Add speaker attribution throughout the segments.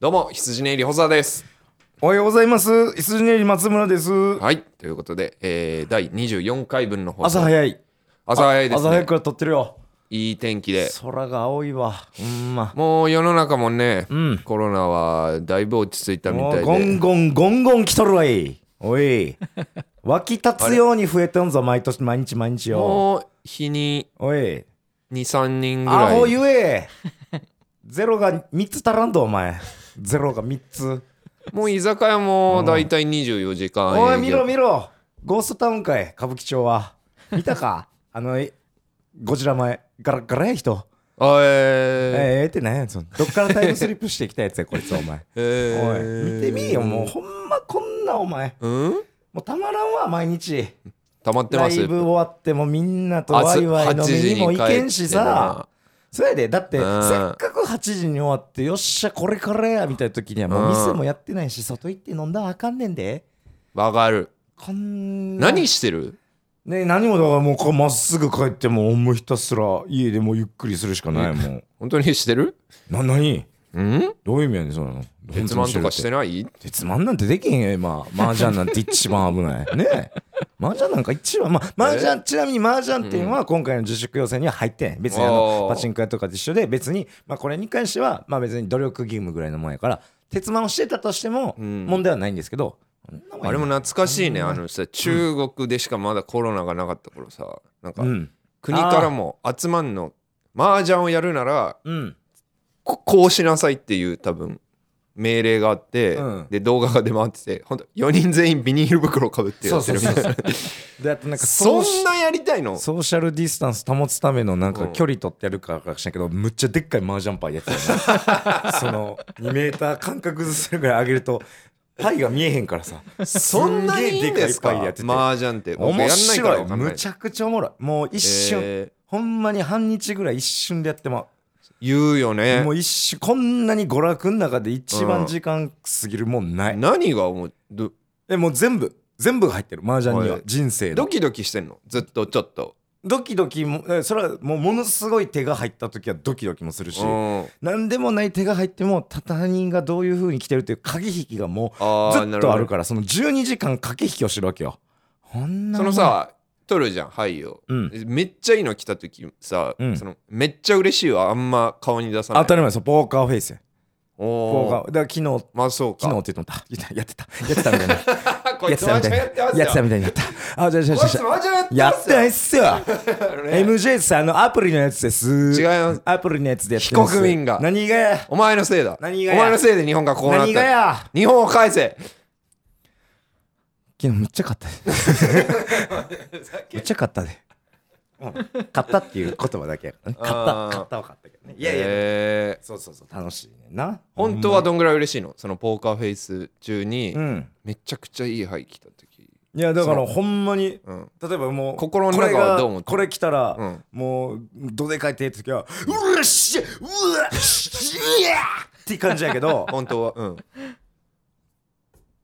Speaker 1: どうも羊ねりほざです
Speaker 2: おはようございます。羊ねり松村です。
Speaker 1: はいということで、えー、第24回分の放送
Speaker 2: 朝早い。
Speaker 1: 朝早いです
Speaker 2: 朝
Speaker 1: ね
Speaker 2: 早くから撮ってるよ。
Speaker 1: いい天気で
Speaker 2: 空が青いわ。うんま。
Speaker 1: もう世の中もね、
Speaker 2: ん
Speaker 1: コロナはだいぶ落ち着いたみ
Speaker 2: も
Speaker 1: た
Speaker 2: う
Speaker 1: い
Speaker 2: ゴン
Speaker 1: で
Speaker 2: ゴンゴンゴン来とるわい。おい。湧き立つように増えてんぞ、毎年毎日毎日よ。
Speaker 1: もう日に
Speaker 2: おい。
Speaker 1: 23人ぐ
Speaker 2: ア
Speaker 1: ら
Speaker 2: ホ
Speaker 1: い
Speaker 2: ゆえ。ゼロが3つ足らんと、お前。ゼロが3つ。
Speaker 1: もう居酒屋もだいたい24時間営業
Speaker 2: おい、見ろ見ろ。ゴーストタウンかい、歌舞伎町は。見 たかあの、えゴジラ前。ガラガラや人。
Speaker 1: あえ
Speaker 2: ええってなんやつどっからタイムスリップしてきたやつやこいつお前
Speaker 1: ー、え
Speaker 2: お
Speaker 1: ー
Speaker 2: い見てみよもうほんまこんなお前
Speaker 1: うん
Speaker 2: もうたまらんわ毎日
Speaker 1: 溜まって
Speaker 2: ラ
Speaker 1: ます
Speaker 2: イブ終わってもみんなとワイワイ飲みにも行けんしさそれでだって
Speaker 1: う
Speaker 2: せっ
Speaker 1: ん
Speaker 2: かく8時に終わってよっしゃこれからやみたいな時にはもう店もやってないし外行って飲んだらあかんねんで
Speaker 1: わかる
Speaker 2: こんな
Speaker 1: 何してる
Speaker 2: ね何もだからもうこうまっすぐ帰ってもうもうひたすら家でもうゆっくりするしかないもん
Speaker 1: 本当にしてる
Speaker 2: な何
Speaker 1: うん
Speaker 2: どういう意味やねんそんなの
Speaker 1: 別マンとかしてない
Speaker 2: 鉄マンなんてできへんよ今麻雀なんて一番危ない ねえ麻雀なんか一番まあ麻雀ちなみに麻雀っていうのは今回の自粛要請には入ってない別にあ
Speaker 1: お
Speaker 2: の
Speaker 1: ー
Speaker 2: パチンコ屋とかと一緒で別にまあこれに関してはまあ別に努力義務ぐらいのもんやから鉄マンをしてたとしても
Speaker 1: ん
Speaker 2: 問題はないんですけど、そんな
Speaker 1: あれ
Speaker 2: ん
Speaker 1: も
Speaker 2: や
Speaker 1: 懐かしいねあのさ中国でしかまだコロナがなかった頃さなんか
Speaker 2: うん
Speaker 1: 国からも集まんの麻雀をやるなら
Speaker 2: うん
Speaker 1: ここうしなさいっていう多分命令があって、
Speaker 2: うん
Speaker 1: で動画が出回ってて本当4人全員ビニール袋をかぶってや
Speaker 2: そう
Speaker 1: って
Speaker 2: そう
Speaker 1: る
Speaker 2: そうそ うであとなんか
Speaker 1: そ
Speaker 2: ソー
Speaker 1: んなやりたいの
Speaker 2: ソーシャルディスタンス保つためのなん
Speaker 1: う
Speaker 2: か
Speaker 1: ん
Speaker 2: 距離取ってやるからかしらんけど、むっちゃでっかい麻雀パイやってたよ ねその2メーター間隔ずつぐらい上げるとパイが見えへんからさ
Speaker 1: そんなにいいんですか
Speaker 2: げえでかいパイやってて
Speaker 1: 麻雀って僕やんな
Speaker 2: 面
Speaker 1: いから
Speaker 2: 白い
Speaker 1: 分かんない
Speaker 2: むちゃくちゃおもろいもう一瞬、
Speaker 1: え
Speaker 2: ほんまに半日ぐらい一瞬でやってま
Speaker 1: ー言うよ
Speaker 2: う
Speaker 1: ね
Speaker 2: もう一瞬こんなに娯楽の中で一
Speaker 1: うん
Speaker 2: 番時間過ぎるもんない、
Speaker 1: 何が思うど
Speaker 2: えもう全部全部が入ってる麻雀に
Speaker 1: は
Speaker 2: はい人生の
Speaker 1: ドキドキしてんのずっとちょっと
Speaker 2: ドキドキもえそれはもうものすごい手が入った時はドキドキもするし、
Speaker 1: うん
Speaker 2: 何でもない手が入っても他人がどういう風に来てるっていう駆け引きがもう
Speaker 1: あー
Speaker 2: ずっとある
Speaker 1: なほど
Speaker 2: からその12時間駆け引きをしてるわけよほんな
Speaker 1: そ
Speaker 2: もん
Speaker 1: のさ撮るじゃんはいよ
Speaker 2: うん
Speaker 1: めっちゃいいの来た時さ、
Speaker 2: うん
Speaker 1: そのめっちゃ嬉しいわあんま顔に出さな
Speaker 2: 当
Speaker 1: い
Speaker 2: たり前ですよポーカーフェイスやポ
Speaker 1: お
Speaker 2: ー
Speaker 1: ー
Speaker 2: カーだから昨日
Speaker 1: まあそうか
Speaker 2: 昨日って言ってもった やってたやってたみたいな
Speaker 1: こ
Speaker 2: や
Speaker 1: い
Speaker 2: って
Speaker 1: つ
Speaker 2: た
Speaker 1: マ
Speaker 2: み
Speaker 1: ジ
Speaker 2: たいな
Speaker 1: やってます
Speaker 2: やってた
Speaker 1: よ
Speaker 2: みたいになったあじゃあじゃあじ
Speaker 1: こ
Speaker 2: ゃ
Speaker 1: い
Speaker 2: あじ
Speaker 1: つ
Speaker 2: ゃあ
Speaker 1: マジや
Speaker 2: や
Speaker 1: っ
Speaker 2: っててな
Speaker 1: ま
Speaker 2: いっす
Speaker 1: す
Speaker 2: よ
Speaker 1: よ ね
Speaker 2: MJ さんあのアプリのやつです
Speaker 1: 違います
Speaker 2: アプリのやつでやってま
Speaker 1: 非
Speaker 2: す
Speaker 1: 国民が
Speaker 2: 何がや
Speaker 1: お前のせいだお
Speaker 2: 何がや
Speaker 1: 前のせいで日本がこうなっ
Speaker 2: 何が
Speaker 1: た
Speaker 2: や
Speaker 1: 日本を返せ
Speaker 2: 昨日むっちゃ買ったでむっちゃ買ったで買ったっていう言葉だけやからね買っ
Speaker 1: あ
Speaker 2: た
Speaker 1: ー
Speaker 2: 買ったは買ったけどねい
Speaker 1: い
Speaker 2: やいや、
Speaker 1: えー
Speaker 2: そうそうそう楽しいねんな
Speaker 1: 本当はどんぐらい嬉しいのそのポーカーフェイス中に
Speaker 2: うん
Speaker 1: めちゃくちゃいい牌来た時
Speaker 2: いやだからほんまに
Speaker 1: うん
Speaker 2: 例えばもう
Speaker 1: 心の中はどう思ってる
Speaker 2: これがこれ来たら、
Speaker 1: うん
Speaker 2: もうどでかい手って時はうわっしゃうわっしゃって感じやけど
Speaker 1: 本当はうん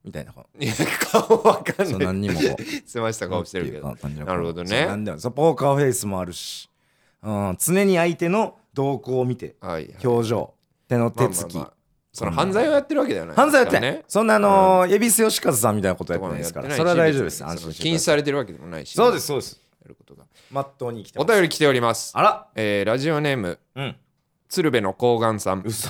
Speaker 2: みたいなこ
Speaker 1: いや顔わか
Speaker 2: うそ
Speaker 1: ん
Speaker 2: う
Speaker 1: ない
Speaker 2: 何にもこう
Speaker 1: すました顔してるけどなるほど
Speaker 2: そう
Speaker 1: ね
Speaker 2: なんでもそうポーカーフェイスもあるし、うん、常に相手の動向を見て
Speaker 1: はいはい
Speaker 2: 表情手の手つき、
Speaker 1: まあまあまあその犯罪をやってるわけではない
Speaker 2: 犯罪やって
Speaker 1: な
Speaker 2: ないい、
Speaker 1: ね
Speaker 2: そんなあのー蛭子義和さんみたいなことやってないですからそれは大丈夫です安心して
Speaker 1: 禁止されてるわけでもないし
Speaker 2: そうですそうです
Speaker 1: やることが
Speaker 2: まっとうに生きて
Speaker 1: お
Speaker 2: ます
Speaker 1: 便り来ております
Speaker 2: あら
Speaker 1: えーラジオネーム
Speaker 2: うん
Speaker 1: 鶴瓶の睾丸さん
Speaker 2: 嘘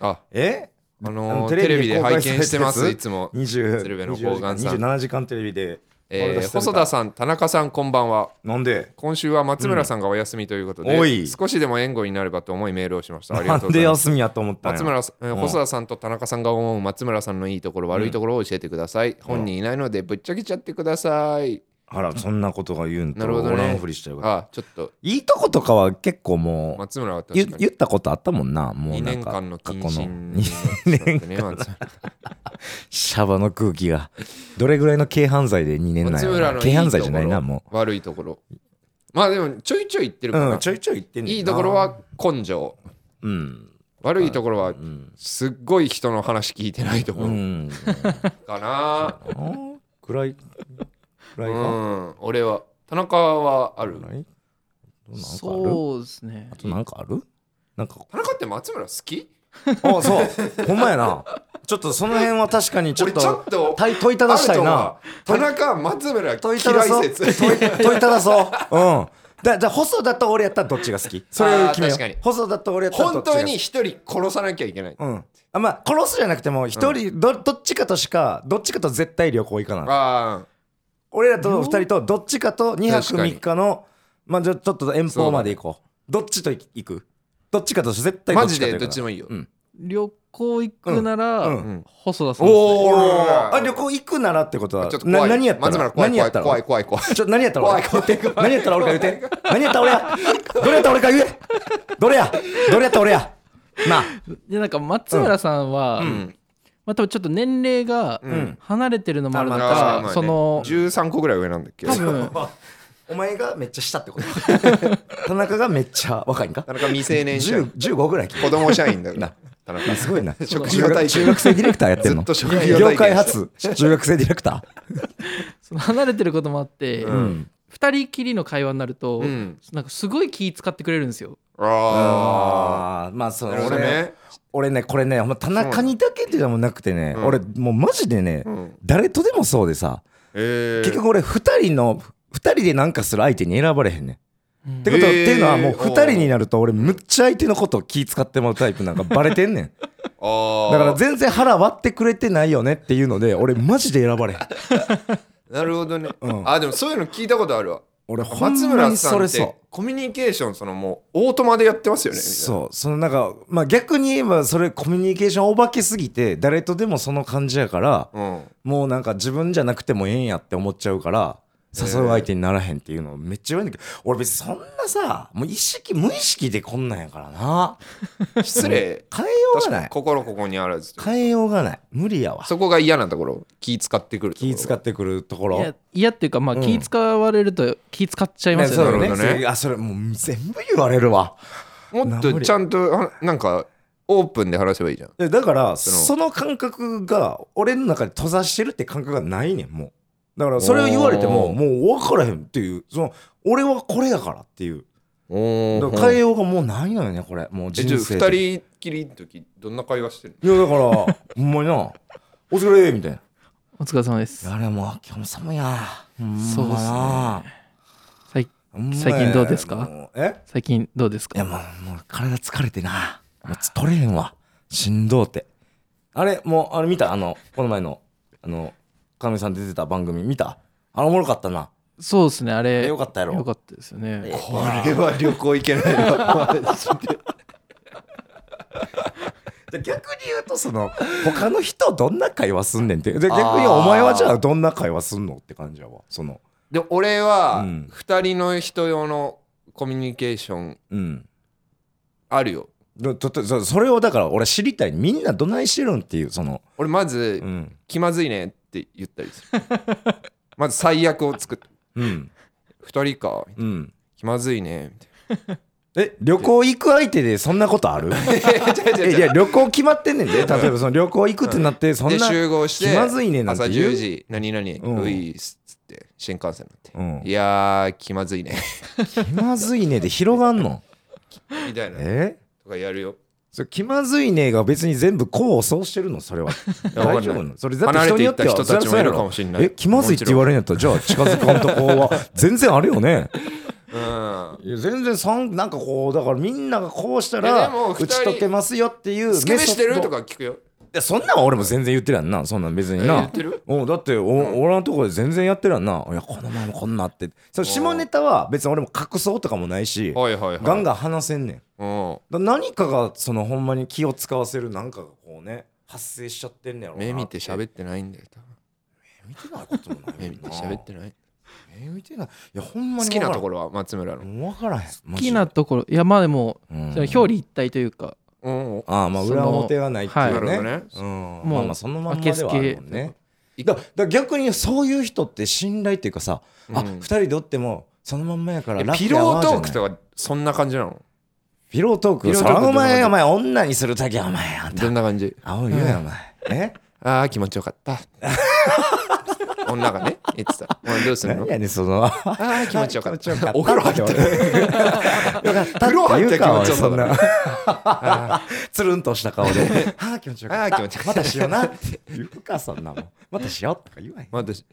Speaker 1: あ
Speaker 2: え
Speaker 1: あ
Speaker 2: あ
Speaker 1: の
Speaker 2: の
Speaker 1: ーテレビで
Speaker 2: 公開
Speaker 1: 拝見してま
Speaker 2: さ
Speaker 1: す
Speaker 2: れ
Speaker 1: いつも
Speaker 2: たやつ20
Speaker 1: 鶴瓶の睾丸さん
Speaker 2: 27時間テレビで
Speaker 1: えー細
Speaker 2: 田
Speaker 1: 田さん田中さんこんばんは
Speaker 2: なんで
Speaker 1: 今週は松村さんがお休みということで、
Speaker 2: うんおい
Speaker 1: 少しでも援護になればと思いメールをしましたあり
Speaker 2: な
Speaker 1: がとうんござ
Speaker 2: で
Speaker 1: います
Speaker 2: 休みやと思ったんや
Speaker 1: 松村さんえー
Speaker 2: うん
Speaker 1: 細田さんと田中さんが思う松村さんのいいところ悪いところを教えてください、本人いないのでぶっちゃけちゃってください、
Speaker 2: あらそんなことが言うんと
Speaker 1: なるほどね
Speaker 2: おらんふりしちゃうから
Speaker 1: あちょっと
Speaker 2: いいとことかは結構もう
Speaker 1: 松村は確
Speaker 2: 言
Speaker 1: かに
Speaker 2: 言ったことあったもんなもう
Speaker 1: 2
Speaker 2: なん
Speaker 1: 年
Speaker 2: か
Speaker 1: 間の
Speaker 2: 過
Speaker 1: 謹
Speaker 2: 去
Speaker 1: 慎
Speaker 2: の
Speaker 1: になってしまってね松
Speaker 2: シャバの空気がどれぐらいの軽犯罪で2年 な
Speaker 1: 松
Speaker 2: んや
Speaker 1: 村
Speaker 2: ろ
Speaker 1: のいいところ
Speaker 2: 軽犯罪じゃないなも
Speaker 1: 悪いところまあでもちょいちょい言ってる
Speaker 2: う、
Speaker 1: から、
Speaker 2: うん、ちょいちょい言ってんねんない
Speaker 1: いところは根性
Speaker 2: うん
Speaker 1: 悪いところは
Speaker 2: うん
Speaker 1: すっごい人の話聞いてないとこ
Speaker 2: う
Speaker 1: ろ
Speaker 2: ん
Speaker 1: かな、
Speaker 2: 暗い暗
Speaker 1: う
Speaker 2: い
Speaker 1: ん
Speaker 2: か
Speaker 1: 俺は田中はある
Speaker 2: 暗いどうなんかある
Speaker 3: そうですね
Speaker 2: あ。となんかあるなんか
Speaker 1: 田中って松村好き
Speaker 2: あそう ほんまやなちょっとその辺は確かにちょっ
Speaker 1: 俺ちょっ
Speaker 2: と
Speaker 1: と
Speaker 2: たい問いただしたいな
Speaker 1: あると思う田中松村
Speaker 2: 問いた
Speaker 1: 嫌
Speaker 2: だ
Speaker 1: い
Speaker 2: そう
Speaker 1: 説
Speaker 2: 問い問いただそううんだじゃあ細田と俺やったらどっちが好きそれを決めよ
Speaker 1: あー確かに
Speaker 2: う細田と俺やったらど
Speaker 1: 本
Speaker 2: っちが好
Speaker 1: 当
Speaker 2: き
Speaker 1: に一人殺さなきゃいけない、
Speaker 2: うんあまあ殺すじゃなくても一人ど,、どっちかとしかどっちかと絶対旅行行かない
Speaker 1: あ
Speaker 2: 俺らと二人とどっちかと2泊
Speaker 1: 確かに
Speaker 2: 3日のまあじゃあちょっと遠方まで行こうどっちと行くどっちかと絶
Speaker 1: あ
Speaker 2: 対ど
Speaker 1: マ
Speaker 2: っち
Speaker 1: ジ
Speaker 2: かと
Speaker 1: でどっ
Speaker 2: 行か
Speaker 1: ちで
Speaker 2: な
Speaker 1: も
Speaker 2: い
Speaker 1: いいよ、
Speaker 2: うん
Speaker 3: 旅行行くなら、
Speaker 2: うんうん
Speaker 3: 細田さんですね、
Speaker 1: おー
Speaker 2: おあ旅行行くならってことは
Speaker 1: ちょっと
Speaker 2: な
Speaker 1: 怖い
Speaker 2: 何やった
Speaker 1: 松村
Speaker 2: ら
Speaker 1: 怖い
Speaker 2: 何や
Speaker 1: 怖
Speaker 2: っ
Speaker 1: い
Speaker 2: たら
Speaker 1: 怖い怖い怖い
Speaker 2: ちょ何やったら俺
Speaker 1: 怖い怖い怖い
Speaker 2: 何やったら俺が言うて何やったら俺やどれやったら俺が言えどれやどれやったら俺やなあ
Speaker 3: でなんか松村さんは、まあ、多分ちょっと年齢が
Speaker 1: ん
Speaker 3: 離れてるのもあるの
Speaker 2: あまあ
Speaker 3: か、
Speaker 1: あーまあね
Speaker 3: その
Speaker 1: 13個ぐらい上なんだっけ
Speaker 3: 多分
Speaker 2: お前がめっちゃ下ってこと田中がめっちゃ若い んか
Speaker 1: 田中未成年社
Speaker 2: 10
Speaker 1: 員
Speaker 2: 15ぐらい
Speaker 1: 子供社員だよ
Speaker 2: な
Speaker 1: 田中
Speaker 2: すごいな
Speaker 1: 職業体験
Speaker 2: 中学生ディレクターやってん
Speaker 1: ず
Speaker 2: の
Speaker 1: っと職業体験
Speaker 2: 業界初 中学生ディレクタ
Speaker 3: その離れてることもあって、
Speaker 2: ー
Speaker 1: う
Speaker 2: うんん
Speaker 3: 二人きりの会話になると、
Speaker 1: うん
Speaker 3: なんかすごい気使ってくれるんですよ。
Speaker 1: あ
Speaker 2: あーまあそ
Speaker 1: あ
Speaker 2: う
Speaker 1: なるほど
Speaker 2: 俺
Speaker 1: ね
Speaker 2: 俺ねこれねほんま田中にだけでもなくてね
Speaker 1: うん
Speaker 2: 俺もうマジでね
Speaker 1: ん
Speaker 2: 誰とでもそうでさ
Speaker 1: えー
Speaker 2: 結局俺2人の2人でなんかする相手に選ばれへんねん
Speaker 3: うん
Speaker 2: ってことは、
Speaker 1: えー
Speaker 2: っていうのはもう2人になると俺むっちゃ相手のことを気使ってもらうタイプなんかバレてんねん
Speaker 1: あ
Speaker 2: だ
Speaker 1: ー
Speaker 2: から全然腹割ってくれてないよねっていうので俺マジで選ばれへん
Speaker 1: なるほどね、
Speaker 2: うん
Speaker 1: あでもそういうの聞いたことあるわ
Speaker 2: 俺 ほ
Speaker 1: 松
Speaker 2: んま
Speaker 1: 村
Speaker 2: に
Speaker 1: さ
Speaker 2: そ
Speaker 1: ん
Speaker 2: れ
Speaker 1: っ
Speaker 2: そう
Speaker 1: てコミュニケーションそのもうオートマでやってますよねみたいな
Speaker 2: そうそのなんかまあ逆に言えばそれコミュニケーションお化けすぎて誰とでもその感じやから
Speaker 1: うん
Speaker 2: もうなんか自分じゃなくてもええんやって思っちゃうから誘う相手にならへんっていうのめっちゃ言われんだけど俺別にそんなさもう意識無意識でこんなんやからな
Speaker 1: 失礼
Speaker 2: 変えよう
Speaker 1: 確か
Speaker 2: がな
Speaker 1: に
Speaker 2: い
Speaker 1: 心ここにあらず
Speaker 2: 変えようがない無理やわ
Speaker 1: そこが嫌なところ気使ってくるところ
Speaker 2: 気使ってくるとこ
Speaker 3: い
Speaker 2: ろ
Speaker 3: やいやっていうか、まあ、
Speaker 2: うん
Speaker 3: 気使われると気使っちゃいます
Speaker 2: そ
Speaker 3: よ
Speaker 2: う
Speaker 3: ね。
Speaker 2: だ
Speaker 1: なる
Speaker 2: ね
Speaker 1: ほどね
Speaker 2: それあそれもう全部言われるわ
Speaker 1: もっとちゃんとあなんかオープンで話せばいいじゃん
Speaker 2: えだから
Speaker 1: その
Speaker 2: その感覚が俺の中で閉ざしてるって感覚がないねんもうだからそれを言われても
Speaker 1: おー
Speaker 2: もう分からへんっていうその俺はこれやからっていう
Speaker 1: お
Speaker 2: だから変えようがもうないのよねこれもう
Speaker 1: え
Speaker 2: 人
Speaker 1: ちょっと
Speaker 2: 生
Speaker 1: 二人きりの時どんな会話してる
Speaker 2: いやだからほんまにな「お疲れ」みたいな「
Speaker 3: お疲れ様です。
Speaker 2: あれもう今日も寒いや」ほんまな
Speaker 3: そうっすさい
Speaker 2: ほんまや
Speaker 3: 最近どうですか
Speaker 2: もうえ
Speaker 3: 最近どうです
Speaker 2: いや
Speaker 3: か
Speaker 2: もうもう体疲れてなもうつ取れへんわしんどうてあれもうあれ見たあのこの前のあの亀さん出てた番組見たあれおもろかったな
Speaker 3: そうですね、あれ。
Speaker 2: よかったやろ
Speaker 3: よかったですよね。
Speaker 1: これは旅行行けない
Speaker 2: で逆に言うとその他の人どんな会話すんねんってで逆にお前はじゃあどんな会話すんのって感じやわその
Speaker 1: で俺は
Speaker 2: うん
Speaker 1: 二人の人用のコミュニケーション
Speaker 2: うん
Speaker 1: あるよ
Speaker 2: だととそそれをだから俺知りたいみんなどないしてるんっていうその
Speaker 1: 俺まず
Speaker 2: うん
Speaker 1: 「気まずいね」って言ったりす るまず最悪を作って
Speaker 2: うん
Speaker 1: 「二人か
Speaker 2: うん
Speaker 1: 気まずいね」みたい
Speaker 2: え旅行行く相手でそんなことあるえいや旅行決まってんねんで例えばその旅行行くってなってそん
Speaker 1: なで
Speaker 2: な
Speaker 1: 集合して
Speaker 2: 気まずいねなんて
Speaker 1: 朝
Speaker 2: 言う
Speaker 1: 10時何々
Speaker 2: うん
Speaker 1: ういっすっつって新幹線
Speaker 2: う
Speaker 1: 乗っ
Speaker 2: ん
Speaker 1: て「いやー気まずいね
Speaker 2: 気まずいねで広がんの」
Speaker 1: みたいな
Speaker 2: え
Speaker 1: とかやるよ
Speaker 2: それ気まずいねが別に全部こうそうしてるのそれは
Speaker 1: や わかんない
Speaker 2: 大丈夫なのそれだって
Speaker 1: 離れ
Speaker 2: 人
Speaker 1: て
Speaker 2: に
Speaker 1: い
Speaker 2: よ
Speaker 1: っ
Speaker 2: って
Speaker 1: た人
Speaker 2: は
Speaker 1: たちもいるかも
Speaker 2: し
Speaker 1: しれない
Speaker 2: え気まずいって言われんやったらじゃあ近づかんとこは全然ある よね
Speaker 1: うん
Speaker 2: いや全然そんなんかこうだからみんながこうした
Speaker 1: いや
Speaker 2: ら
Speaker 1: でも
Speaker 2: 打
Speaker 1: 二人
Speaker 2: ち解けますよっていう
Speaker 1: スケベしてる
Speaker 2: メソッド
Speaker 1: とか聞くよ。
Speaker 2: いやそんなんは俺も全然言ってるやんなそんなん別に
Speaker 1: え言
Speaker 2: な
Speaker 1: ってる
Speaker 2: おだってお、俺のとこで全然やってるやんないやこの前もこんなあってその下ネタは別に俺も隠そうとかもないし
Speaker 1: はいはいはい。
Speaker 2: ガンガン話せんねん
Speaker 1: うん。
Speaker 2: だ何かがそのほんまに気を使わせるなんかがこうね発生しちゃってんねやろうな
Speaker 1: 目見て
Speaker 2: って
Speaker 1: 喋ってないんだよ。多分
Speaker 2: 目見てないこともない
Speaker 1: 目見て喋ってない。
Speaker 2: ない目見てないいやほんま
Speaker 1: 好
Speaker 2: に
Speaker 1: きなとこ
Speaker 2: ろ
Speaker 1: ろは松村の。
Speaker 2: 分からへん好
Speaker 3: 好きなところ、いや、まあでも、
Speaker 2: うん
Speaker 3: その表裏一体というか、
Speaker 1: うん。
Speaker 2: ああまあ裏表がないってい
Speaker 1: な
Speaker 2: う
Speaker 1: るほど
Speaker 2: ね
Speaker 1: ね。
Speaker 2: うん
Speaker 3: もう
Speaker 2: まあまあそのまんまではあるもんね
Speaker 1: 明け
Speaker 2: だだ逆にそういう人って信頼っていうかさ、あ
Speaker 1: うん
Speaker 2: 二人でおってもそのまんまやから
Speaker 1: え
Speaker 2: ラフ
Speaker 1: ピ
Speaker 2: や
Speaker 1: ロ
Speaker 2: わ
Speaker 1: ー
Speaker 2: じゃ
Speaker 1: ト
Speaker 2: な
Speaker 1: ー
Speaker 2: い
Speaker 1: クとかそんな感じなの
Speaker 2: ピロートー
Speaker 1: ピ
Speaker 2: ク
Speaker 1: ロー
Speaker 2: そ
Speaker 1: トーク
Speaker 2: らお前
Speaker 1: ど
Speaker 2: お
Speaker 1: ん
Speaker 2: 前女にするだけお前あんた
Speaker 1: どんな感じ
Speaker 2: 青いよやお前え
Speaker 1: ああ、気持ちよかった。女がね言ってた「お前どうするの?
Speaker 2: 何」やねんそ の
Speaker 1: あー気持ちよかっ
Speaker 2: 気持ちよかった
Speaker 1: たお風呂入 った
Speaker 2: よかった
Speaker 1: 風呂入った気持ちよさ
Speaker 2: そ
Speaker 1: だ
Speaker 2: ん
Speaker 1: な
Speaker 2: なつるんとした顔で 「ああ気持ちよかった
Speaker 1: あー気持ちよか
Speaker 2: ま
Speaker 1: った
Speaker 2: たしような」って言うかそんなもんまたしようとか言わへん
Speaker 1: まあ私
Speaker 2: い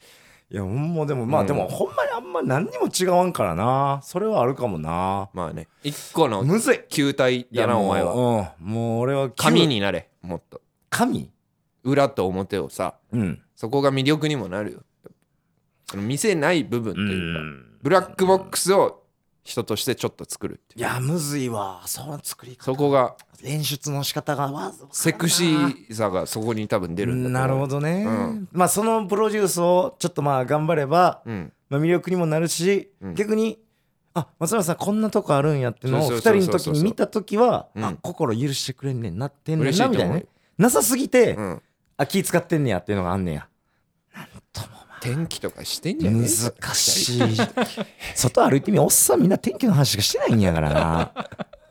Speaker 2: やほんまでもまあ、
Speaker 1: うん
Speaker 2: でもほんまにあんま何にも違わんからなそれはあるかもな
Speaker 1: まあね一個の
Speaker 2: むずい
Speaker 1: 球体だなお前は
Speaker 2: はうんもう俺は
Speaker 1: 紙になれもっと
Speaker 2: 神
Speaker 1: 裏と表をさ
Speaker 2: うん
Speaker 1: そこが魅力にもなるよその見せない部分と
Speaker 2: う
Speaker 1: いうか、
Speaker 2: ん
Speaker 1: ブラックボックスを人としてちょっと作るっていう
Speaker 2: いやむずいわその作り方
Speaker 1: そこが
Speaker 2: 演出の仕方がわざ
Speaker 1: セクシーさがそこに多分出るんだ
Speaker 2: なるほ
Speaker 1: ど、
Speaker 2: どね、
Speaker 1: うん
Speaker 2: まあそのプロデュースをちょっとまあ頑張れば、
Speaker 1: うん、
Speaker 2: まあ、魅力にもなるし、
Speaker 1: うん
Speaker 2: 逆にあ松村さんこんなとこあるんやってのを
Speaker 1: そう
Speaker 2: 2
Speaker 1: そう
Speaker 2: 人
Speaker 1: そうそ
Speaker 2: の
Speaker 1: う
Speaker 2: 時に見た時は、
Speaker 1: うん
Speaker 2: あ心許してくれんねんなってんね
Speaker 1: 嬉しい
Speaker 2: ん
Speaker 1: と
Speaker 2: な
Speaker 1: 思
Speaker 2: み
Speaker 1: う
Speaker 2: たいなねなさすぎて、
Speaker 1: うん、
Speaker 2: あ気使ってんねやっていうのがあんねや
Speaker 1: 天気とかしてんじゃねえ
Speaker 2: 難しい 外歩いてみおっさんみんな天気の話しかしてないんやから な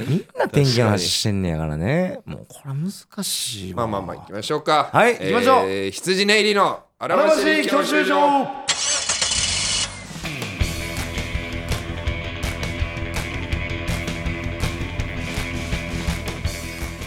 Speaker 2: みんな天気の話してんねやからねもうこれ難しい
Speaker 1: ま
Speaker 2: わ
Speaker 1: あまあまあ行きましょうか
Speaker 2: はい行きましょう
Speaker 1: えー羊ネイリのあらましい教習所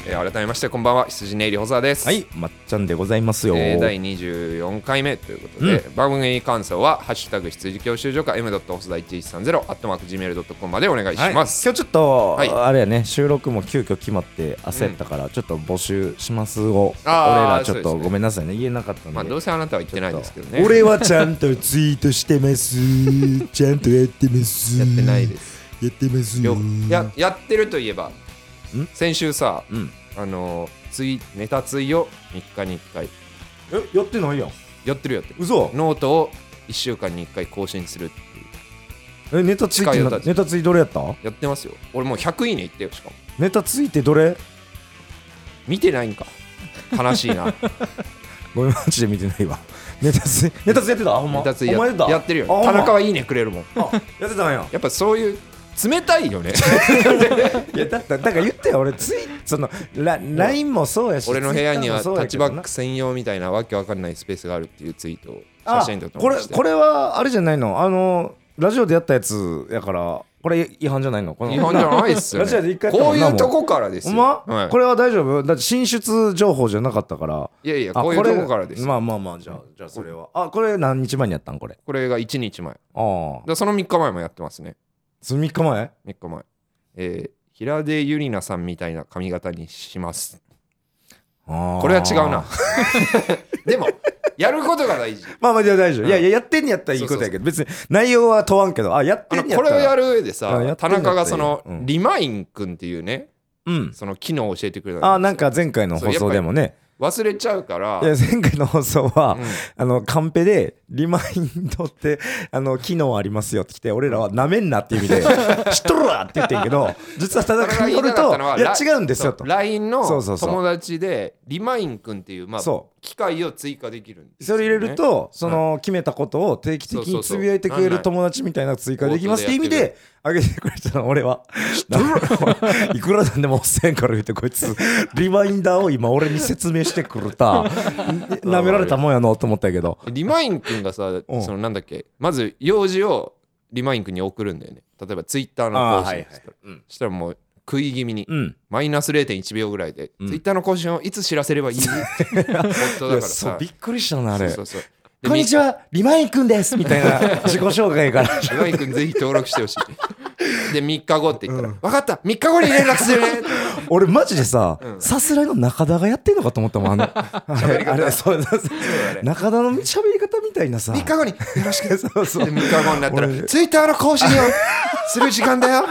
Speaker 1: えー改めましてこんばんは羊ネイリ保沢です
Speaker 2: はいまっちゃんでございますよ、
Speaker 1: えー第24回目ということで、番組感想は「ハッシュタグ羊教習所」か m. 細田1130 atmarkgmail.com までお願いし
Speaker 2: はい、
Speaker 1: ま
Speaker 2: 今
Speaker 1: す、
Speaker 2: 日ちょっと、
Speaker 1: はい
Speaker 2: あれやね収録も急遽決まって焦ったから、ちょっと募集しますを俺
Speaker 1: あー
Speaker 2: らちょ
Speaker 1: そ
Speaker 2: っ
Speaker 1: う
Speaker 2: と
Speaker 1: ですね
Speaker 2: ごめんなさいね言えなかったんで、
Speaker 1: まあ、どうせあなたは言ってないですけどね
Speaker 2: 俺はちゃんとツイートしてます ちゃんとやってます
Speaker 1: やってないです
Speaker 2: やってます
Speaker 1: よややってるといえば先週さ
Speaker 2: うん
Speaker 1: あのツイネタツイを3日に1回
Speaker 2: えやってないやん
Speaker 1: やってるやってる
Speaker 2: 嘘
Speaker 1: ノートを1週間に1回更新するっていう
Speaker 2: えネタついてな
Speaker 1: 近いよ
Speaker 2: ネタついどれやった
Speaker 1: やってますよ俺もう100いいねいってよしかも
Speaker 2: ネタついてどれ
Speaker 1: 見てないんか悲しい な
Speaker 2: ごめんマジで見てないわネタついネタついやってたあほんま
Speaker 1: ネタツイ
Speaker 2: お
Speaker 1: や
Speaker 2: 前だ
Speaker 1: やってるよ
Speaker 2: あほんま
Speaker 1: 田中はいいねくれるもん
Speaker 2: あやってたんや
Speaker 1: やっぱそういう冷たいよ ね
Speaker 2: いやだっただから言ったよ俺ツイそのラ LINE もそうやし
Speaker 1: 俺の部屋にはタ
Speaker 2: Twitter もそう
Speaker 1: ッ
Speaker 2: やけ
Speaker 1: チ
Speaker 2: ど
Speaker 1: バ
Speaker 2: な
Speaker 1: ック専用みたいなわけわかんないスペースがあるっていうツイートを
Speaker 2: あ
Speaker 1: 写真とと
Speaker 2: こ
Speaker 1: も
Speaker 2: れ
Speaker 1: にして
Speaker 2: これはあれじゃないのあのラジオでやったやつやからこれ違反じゃないのこの
Speaker 1: 日本じゃないっすよ、
Speaker 2: ラジオで
Speaker 1: ね、
Speaker 2: 一回やった
Speaker 1: こ
Speaker 2: も
Speaker 1: うんい
Speaker 2: な
Speaker 1: うとこからですよ、
Speaker 2: ほんま、
Speaker 1: はい、
Speaker 2: これは大丈夫だって進出情報じゃなかったから
Speaker 1: いやいや
Speaker 2: あ
Speaker 1: こういう
Speaker 2: れ
Speaker 1: とこからですよ
Speaker 2: まあまあまあじゃあじゃあそれはあこれ何日前にやったんこれ
Speaker 1: これが1日前
Speaker 2: ああ
Speaker 1: でその3日前もやってますね
Speaker 2: 3日前
Speaker 1: 3日前えー平出ゆりなさんみたいな髪型にします
Speaker 2: ああ
Speaker 1: これは違うな でもやることが大 事
Speaker 2: まあまあじゃあ大丈夫、
Speaker 1: うん
Speaker 2: いやいややってんやったらいいことやけど別に内容は問わんけどあやっ
Speaker 1: あ
Speaker 2: て
Speaker 1: の
Speaker 2: んやったら
Speaker 1: これをやる上で
Speaker 2: うんや
Speaker 1: さ
Speaker 2: っ
Speaker 1: 田
Speaker 2: てんだったらいい
Speaker 1: 中がその
Speaker 2: うん
Speaker 1: リマインくんっていうね
Speaker 2: うん
Speaker 1: その機能を教えてくれたですよ
Speaker 2: あなんか前回の放送でもね
Speaker 1: 忘れちゃうから
Speaker 2: いや前回の放送は、
Speaker 1: うん
Speaker 2: あのカンペでリマインドってあの機能ありますよって来て俺らはなめんなっていう意 味で知っとるわって言ってんけど実は田中による といや違うんですよと
Speaker 1: LINE の
Speaker 2: そうそうそう
Speaker 1: 友達でリマインくんっていうまあ
Speaker 2: そ
Speaker 1: 機械を追加できるんです
Speaker 2: そ
Speaker 1: よね
Speaker 2: れ入れるとその決めたことを定期的につぶやいてくれる友達みたいなの追加できますっていう意味であげてくれたの俺は いくらなんでもおっせんから言ってこいつリマインダーを今俺に説明してくる たなめられたもんやのと思ったけど
Speaker 1: リマインくんがさ
Speaker 2: うん
Speaker 1: そのなんだっけまず用事をリマインくんに送るんだよね例えばツイッターの更新ですと
Speaker 2: うん
Speaker 1: そしたらもう食い気味に、
Speaker 2: うん
Speaker 1: マイナス0.1秒ぐらいで、
Speaker 2: うん
Speaker 1: ツイッターの更新をい つ知らせればいい本当
Speaker 2: い
Speaker 1: だか
Speaker 2: や
Speaker 1: ら
Speaker 2: そう
Speaker 1: さ
Speaker 2: びっくりしたなあれ
Speaker 1: そうそうそうで
Speaker 2: こんにちは、リマインくんですみた いな自己 紹介から。
Speaker 1: み岩井君ぜひ登録してほしいで3日後って言ったら「分かった3日後に連絡するね」
Speaker 2: 俺マジでさ
Speaker 1: う、ん
Speaker 2: さすらいの中田がやってんのかと思ったもん、あの、あれ、あれそうそうそう
Speaker 1: れ
Speaker 2: 中田の喋り方みたいなさ、
Speaker 1: 3日後によろしく」
Speaker 2: そうそう
Speaker 1: で3日後になったら「
Speaker 2: 俺
Speaker 1: ツイッターの更 新をする時間だよ」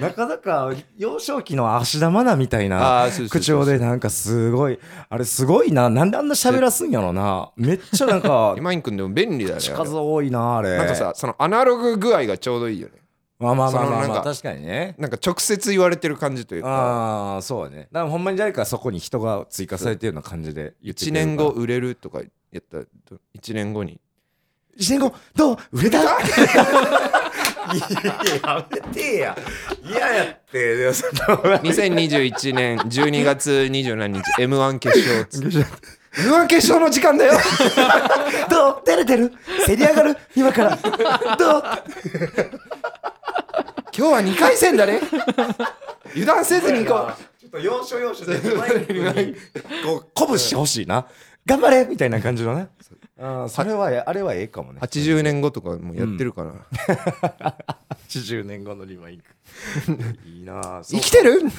Speaker 2: 中田か、幼少期の芦田愛菜みたいな
Speaker 1: あーそうそうそう
Speaker 2: 口調で、なんかすごい、あれすごいな、なんであんな喋らすんやろな、めっちゃなんか、
Speaker 1: 今井君でも便利だよね
Speaker 2: 数多いな、あれ。
Speaker 1: なんかさそのアナログ具合がちょうどいいよね
Speaker 2: まあまあまあまあ
Speaker 1: そのな
Speaker 2: まあ、
Speaker 1: んか
Speaker 2: 確かにね。
Speaker 1: なんか直接言われてる感じというか
Speaker 2: ああ、そうだね。だからほんまに誰かそこに人が追加されてるような感じで言ってく
Speaker 1: 1
Speaker 2: れるから
Speaker 1: 年後売れるとかやったら1年後に
Speaker 2: 1年後どう売れた いややめてや嫌やって でもその
Speaker 1: 2021年12月27日 m 1決勝
Speaker 2: 夜明けショーの時間 だよどう照れてるせり上がる今からどう
Speaker 1: 今日は2回戦だ ね油断せずに行こう
Speaker 2: ちょっと要所要所で こう鼓舞してほしいな頑張れみたいな感じのねあーそれはえあれはええかもね
Speaker 1: 80年後とかもやってるから、
Speaker 2: 80年後のリ マイクいいなあそ
Speaker 1: 生
Speaker 2: う
Speaker 1: きてる
Speaker 2: い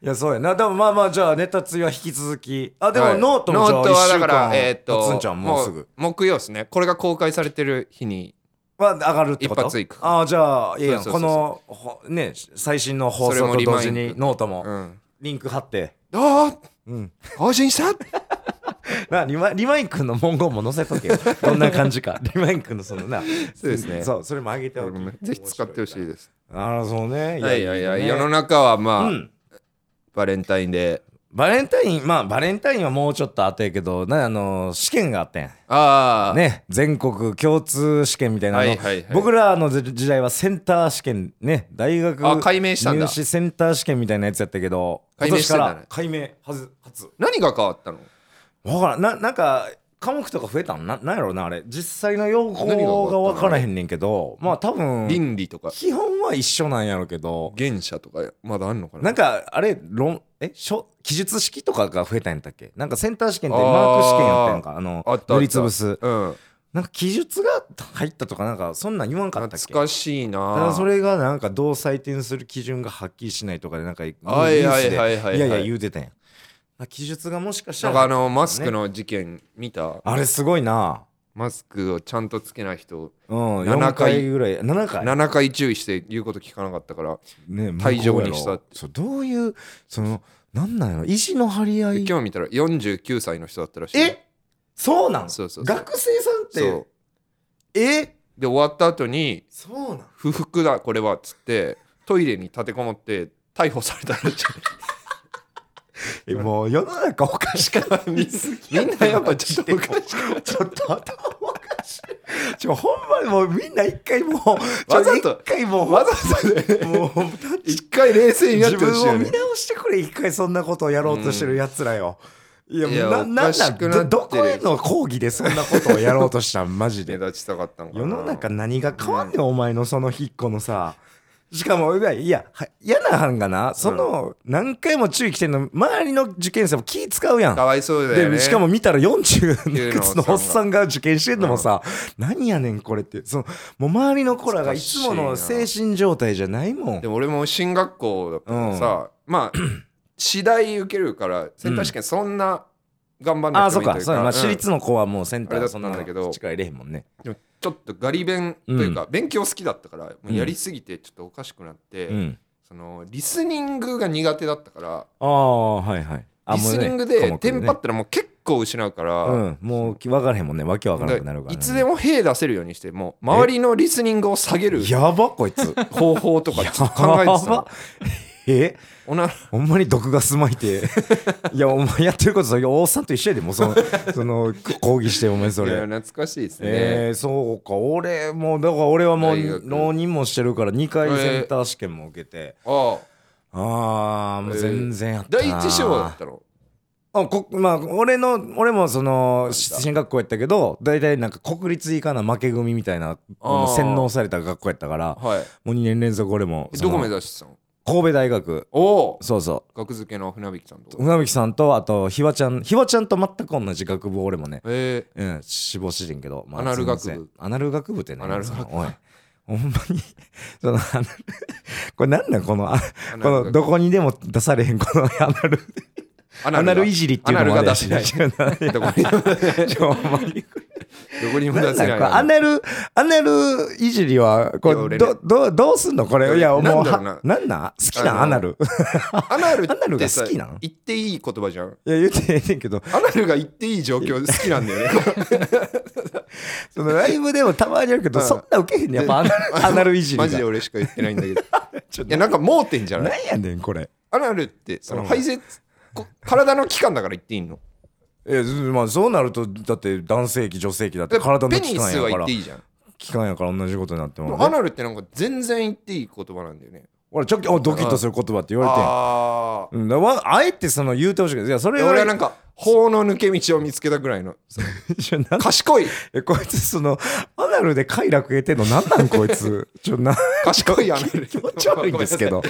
Speaker 2: やそうやなでもまあまあじゃあネタつゆは引き続きあでも
Speaker 1: はい
Speaker 2: ノートも
Speaker 1: ノ
Speaker 2: じゃ
Speaker 1: ー
Speaker 2: あ
Speaker 1: トは
Speaker 2: 1週
Speaker 1: だから
Speaker 2: 間
Speaker 1: えーっと
Speaker 2: つんちゃんもうすぐ
Speaker 1: 木曜ですねこれが公開されてる日に
Speaker 2: は上がるってこと
Speaker 1: 一発いく
Speaker 2: ああじゃあいいやん
Speaker 1: そう
Speaker 2: こ
Speaker 1: そうそう
Speaker 2: のほね最新の放送
Speaker 1: それ
Speaker 2: と
Speaker 1: も
Speaker 2: 同
Speaker 1: リ
Speaker 2: 時
Speaker 1: マイン
Speaker 2: に
Speaker 1: ド
Speaker 2: ノート
Speaker 1: う
Speaker 2: も
Speaker 1: ん
Speaker 2: リンク貼って
Speaker 1: どう
Speaker 2: うん
Speaker 1: 更新 した
Speaker 2: なリマリマイン君の文言も載せと けよどんな感じかリマイン君のそのな
Speaker 1: そうですね
Speaker 2: そうそれも上げておき
Speaker 1: ぜひ使ってほしいです
Speaker 2: ああそうね
Speaker 1: はいやいや
Speaker 2: ね
Speaker 1: 世の中はまあ、
Speaker 2: うん
Speaker 1: バレンタインで
Speaker 2: バレンタインまあバレンタインはもうちょっと後やけどなあの試験があってん
Speaker 1: ああ、
Speaker 2: ね、全国共通試験みたいなの、
Speaker 1: はいはいはい
Speaker 2: 僕らの時代はセンター試験ね大学
Speaker 1: あ解明したんだ
Speaker 2: 入試センター試験みたいなやつやったけど
Speaker 1: 解明してんだね
Speaker 2: 解明はず初
Speaker 1: 何が変わったの
Speaker 2: 分からんななんか科目とか増えたんななんやろうなあれ実際の用
Speaker 1: 何が
Speaker 2: 語が
Speaker 1: わ
Speaker 2: 分
Speaker 1: かったの
Speaker 2: からへんねんけどまあ多分
Speaker 1: 倫理とか
Speaker 2: 基本は一緒なんやろうけど
Speaker 1: 原社とかまだあんのかな
Speaker 2: なんかあれ論えしょ記述式とかが増えたんやったっけなんかセンター試験ってマーク試験やったやんかあの
Speaker 1: あったあった
Speaker 2: 塗りつぶす
Speaker 1: うん
Speaker 2: なんか記述が入ったとかなんかそんなん言わんかったっけ
Speaker 1: 懐かしい
Speaker 2: た
Speaker 1: な
Speaker 2: だそれがなんかどう採点する基準がはっきりしないとかでなんかニュ
Speaker 1: は
Speaker 2: ー
Speaker 1: いは
Speaker 2: ス
Speaker 1: い
Speaker 2: でい
Speaker 1: は
Speaker 2: や
Speaker 1: いはいはい
Speaker 2: いや言うてたやんあ記述がもしかした
Speaker 1: なんかあ
Speaker 2: ら
Speaker 1: のマスクの事件見た
Speaker 2: あれすごいな
Speaker 1: マスクをちゃんとつけない人
Speaker 2: うん
Speaker 1: 7
Speaker 2: 4
Speaker 1: 回
Speaker 2: 回ぐらい7回
Speaker 1: 7回注意して言うこと聞かなかったから
Speaker 2: ね
Speaker 1: 退場にした
Speaker 2: 向こうやろそうどういうそのなんなんやろ意地の張り合
Speaker 1: で
Speaker 2: い
Speaker 1: 今日見たら49歳の人だったらしい
Speaker 2: えそうなん
Speaker 1: そうそうそう
Speaker 2: 学生さんっ
Speaker 1: そう
Speaker 2: てえ
Speaker 1: で終わった後に
Speaker 2: そうなん
Speaker 1: 不服だこれはっつってトイレに立てこもって逮捕されたら しい
Speaker 2: えもう世の中おかしくなりすぎ
Speaker 1: みんなやっぱちょっとおか
Speaker 2: し くちょっと頭おかしいちょほんまにもうみんな一回もう
Speaker 1: わざと
Speaker 2: 一回もう
Speaker 1: わざとね
Speaker 2: もう
Speaker 1: 一回冷静になっ
Speaker 2: 自
Speaker 1: てほしい
Speaker 2: 分を
Speaker 1: よ
Speaker 2: 見
Speaker 1: ね
Speaker 2: 直してくれ一回そんなことをやろうとしてるやつらよ、いや
Speaker 1: いや
Speaker 2: なな
Speaker 1: おか
Speaker 2: んな
Speaker 1: し
Speaker 2: ん
Speaker 1: くなって
Speaker 2: ど
Speaker 1: る
Speaker 2: どこへの抗議でそんなことをやろうとしたんマジ
Speaker 1: 目
Speaker 2: で
Speaker 1: 立ちたかったのかな
Speaker 2: 世の中何が変わんねん、お前のその引っこのさしかもいやいやは嫌な班がなその何回も注意来てんの周りの受験生も気使うやん
Speaker 1: かわいそうだよね
Speaker 2: でしかも見たら40いくつ
Speaker 1: の
Speaker 2: のお
Speaker 1: お
Speaker 2: っ
Speaker 1: っ
Speaker 2: さ
Speaker 1: さ
Speaker 2: んが受験してんのもさ、何やねんこれってそのもう周りの子らがいつもの精神状態じゃないもん
Speaker 1: でも俺も進学校だったからさ、 まあ次第受けるからセンター試験そんな頑張ん
Speaker 2: あ
Speaker 1: な
Speaker 2: あ
Speaker 1: くて
Speaker 2: そ
Speaker 1: もいいとい
Speaker 2: うか
Speaker 1: う
Speaker 2: そうやまあ、
Speaker 1: うん
Speaker 2: 私立の子はもうセンタ
Speaker 1: あれだ
Speaker 2: ー
Speaker 1: った
Speaker 2: そ
Speaker 1: ん
Speaker 2: んな
Speaker 1: だけど
Speaker 2: 力入れへんもんね
Speaker 1: でもちょっとガリ勉というか、勉強好きだったからもうやりすぎてちょっとおかしくなって、
Speaker 2: うん
Speaker 1: そのリスニングが苦手だったから
Speaker 2: ああはいはいあ
Speaker 1: リスニング
Speaker 2: もう
Speaker 1: で
Speaker 2: ね
Speaker 1: テンパ
Speaker 2: 科
Speaker 1: ったらもう結構失うから。
Speaker 2: 目ねうんもう分からへんもんねわけわからなくなるから、
Speaker 1: いつでも「へ」出せるようにしてもう周りのリスニングを下げる
Speaker 2: やばこいつ
Speaker 1: 方法とかちょっと考えてた
Speaker 2: やば
Speaker 1: の
Speaker 2: え
Speaker 1: おな
Speaker 2: ほんまに毒ガス撒いていやお前やってることそれおっさんと一緒やでも うそのその抗議してお前そ
Speaker 1: い
Speaker 2: れ
Speaker 1: や懐かしいですね、
Speaker 2: えー、そうか俺もだから俺はも
Speaker 1: 大
Speaker 2: う
Speaker 1: 学
Speaker 2: 浪人もしてるから2回センター試験も受けて、
Speaker 1: ああ
Speaker 2: ああもう全然やったな
Speaker 1: 第一志望だったの
Speaker 2: あこまあ俺の俺もその進学校やったけど大体なんか国立以下な負け組みたいな
Speaker 1: あー
Speaker 2: 洗脳された学校やったから
Speaker 1: はい
Speaker 2: もう2年連続俺も
Speaker 1: え
Speaker 2: その
Speaker 1: どこ目指してたの
Speaker 2: 神戸大学
Speaker 1: おお
Speaker 2: そうそ
Speaker 1: 学付けの船引さん
Speaker 2: う
Speaker 1: と
Speaker 2: 船引さんとあとひわちゃんひわちゃんと全く同じ学部俺もね
Speaker 1: え
Speaker 2: うん、死亡してんけど、ま
Speaker 1: アナル学部
Speaker 2: すいませんアナル学部ってね
Speaker 1: アナル学部
Speaker 2: おいほんまに そのアナルこれなんなんこのあ
Speaker 1: アナル学
Speaker 2: こ
Speaker 1: 部
Speaker 2: のどこにでも出されへんこのアナル
Speaker 1: ア
Speaker 2: アナルいじりっていうのも
Speaker 1: ア
Speaker 2: あ
Speaker 1: ナル
Speaker 2: れ
Speaker 1: が
Speaker 2: や
Speaker 1: 出せない
Speaker 2: ち
Speaker 1: どこにも
Speaker 2: ょ ほんま に
Speaker 1: どこにも
Speaker 2: な
Speaker 1: 出
Speaker 2: ん
Speaker 1: せ
Speaker 2: なん
Speaker 1: ない
Speaker 2: これアナルアナルいじりはこ
Speaker 1: いや
Speaker 2: れ
Speaker 1: 俺ね
Speaker 2: どどどうすんのこれ
Speaker 1: 俺
Speaker 2: いやもう
Speaker 1: なんだろうな
Speaker 2: はなんなん好きなんア
Speaker 1: あの
Speaker 2: ナル
Speaker 1: アナル
Speaker 2: アナル
Speaker 1: っ
Speaker 2: が
Speaker 1: て
Speaker 2: 好
Speaker 1: さ
Speaker 2: きなの
Speaker 1: 言っていい言葉じゃん
Speaker 2: いや言ってへんねんけど
Speaker 1: アナルが言っていい状況好きなんだよね
Speaker 2: そのライブでもたまにあるけど
Speaker 1: うん
Speaker 2: そんなウケへんねんやっぱアナ ルアナルいじりが
Speaker 1: マジで俺しか言ってないんだけど
Speaker 2: ちょっ
Speaker 1: い
Speaker 2: と
Speaker 1: やなんか盲点じゃ
Speaker 2: な
Speaker 1: ない
Speaker 2: んやねんこれ
Speaker 1: アナルってその
Speaker 2: うん
Speaker 1: 排泄こ体の器官だから言っていいの
Speaker 2: えまあそうなるとだって男性器女性器だって
Speaker 1: だから
Speaker 2: 体の
Speaker 1: ペ
Speaker 2: 器
Speaker 1: ニ
Speaker 2: 官
Speaker 1: ス
Speaker 2: や
Speaker 1: は
Speaker 2: か
Speaker 1: 言
Speaker 2: ら
Speaker 1: っていいじゃん
Speaker 2: 器官やから同じことになって
Speaker 1: で
Speaker 2: も
Speaker 1: もア
Speaker 2: らね
Speaker 1: ナルってなんか全然言っていい言葉なんだよね
Speaker 2: 俺ちょっとおドキッとする言葉って言われてん
Speaker 1: ああ
Speaker 2: うんだからわあえてその言うてほしいけどいやそれ
Speaker 1: 俺はなんか法の抜け道を見つけたぐらいのその
Speaker 2: いやなん
Speaker 1: 賢い
Speaker 2: えこいつそのアナルで快楽得てんのなんなんこいつ ちょな
Speaker 1: 賢いやな
Speaker 2: 気持ち悪いんです けど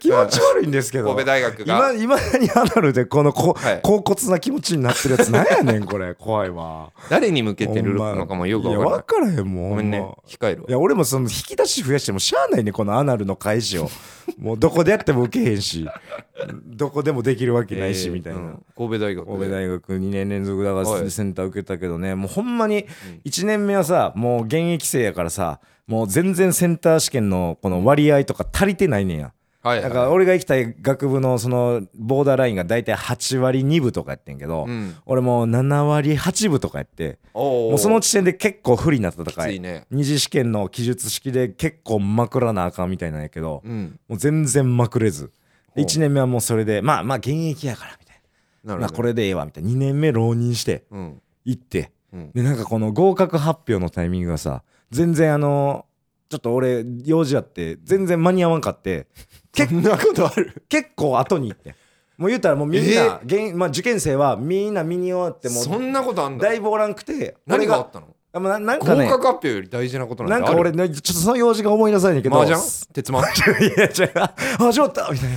Speaker 2: 気持ち悪いんですけど
Speaker 1: 神戸大学
Speaker 2: 今
Speaker 1: が
Speaker 2: 今にアナルでこのこ、
Speaker 1: はい
Speaker 2: 高骨な気持ちになってるやつなんやねんこれ怖いわ
Speaker 1: 誰に向けてるのかもよくわからない
Speaker 2: いや分からへんもん
Speaker 1: ごめんね
Speaker 2: ほま
Speaker 1: 控えるわ
Speaker 2: いや俺もその引き出し増やしてもしゃあないねこのアナルの開 始をもうどこでやっても受けへんしどこでもできるわけないしみたいな、
Speaker 1: えーうん神戸大学
Speaker 2: 神戸大学2年連続だか
Speaker 1: は
Speaker 2: ら
Speaker 1: い
Speaker 2: センター受けたけどね、もうほんまに1年目はさもう現役生やからさもう全然センター試験のこの割合とか足りてないねんや。
Speaker 1: はい
Speaker 2: だから俺が行きたい学部のそのボーダーラインが大体8割2分とかやってんけど、
Speaker 1: うん
Speaker 2: 俺もう7割8分とかやって
Speaker 1: おー
Speaker 2: もうその時点で結構不利な戦
Speaker 1: きつ
Speaker 2: い
Speaker 1: いね
Speaker 2: 二次試験の記述式で結構まくらなあかんみたいなんやけど、
Speaker 1: うん
Speaker 2: もう全然まくれず
Speaker 1: ほう
Speaker 2: 1年目はもうそれでまあまあ現役やからみたい
Speaker 1: な
Speaker 2: な
Speaker 1: る
Speaker 2: ま
Speaker 1: ほ
Speaker 2: あ
Speaker 1: ど
Speaker 2: これでええわみたいな2年目浪人して
Speaker 1: うん
Speaker 2: 行って
Speaker 1: うん
Speaker 2: でなんかこの合格発表のタイミングがさ全然あのちょっと俺用事あって全然間に合わん かって
Speaker 1: そんなことある
Speaker 2: 結構後に行ってんもう言ったらもうみんな、
Speaker 1: え
Speaker 2: 現まあ、受験生はみんな見に終わっても
Speaker 1: そ
Speaker 2: うん
Speaker 1: なことあんだ
Speaker 2: だいぶおらんくて
Speaker 1: 何
Speaker 2: 俺
Speaker 1: があったの
Speaker 2: あもうなな
Speaker 1: 合
Speaker 2: んか
Speaker 1: 格
Speaker 2: ね
Speaker 1: 発表より大事なことな
Speaker 2: なんん
Speaker 1: てあ
Speaker 2: か
Speaker 1: る
Speaker 2: 俺ねちょっとその用事が思い出さないんだけど
Speaker 1: 麻雀 鉄麻
Speaker 2: いや、違う。始まった みたいな。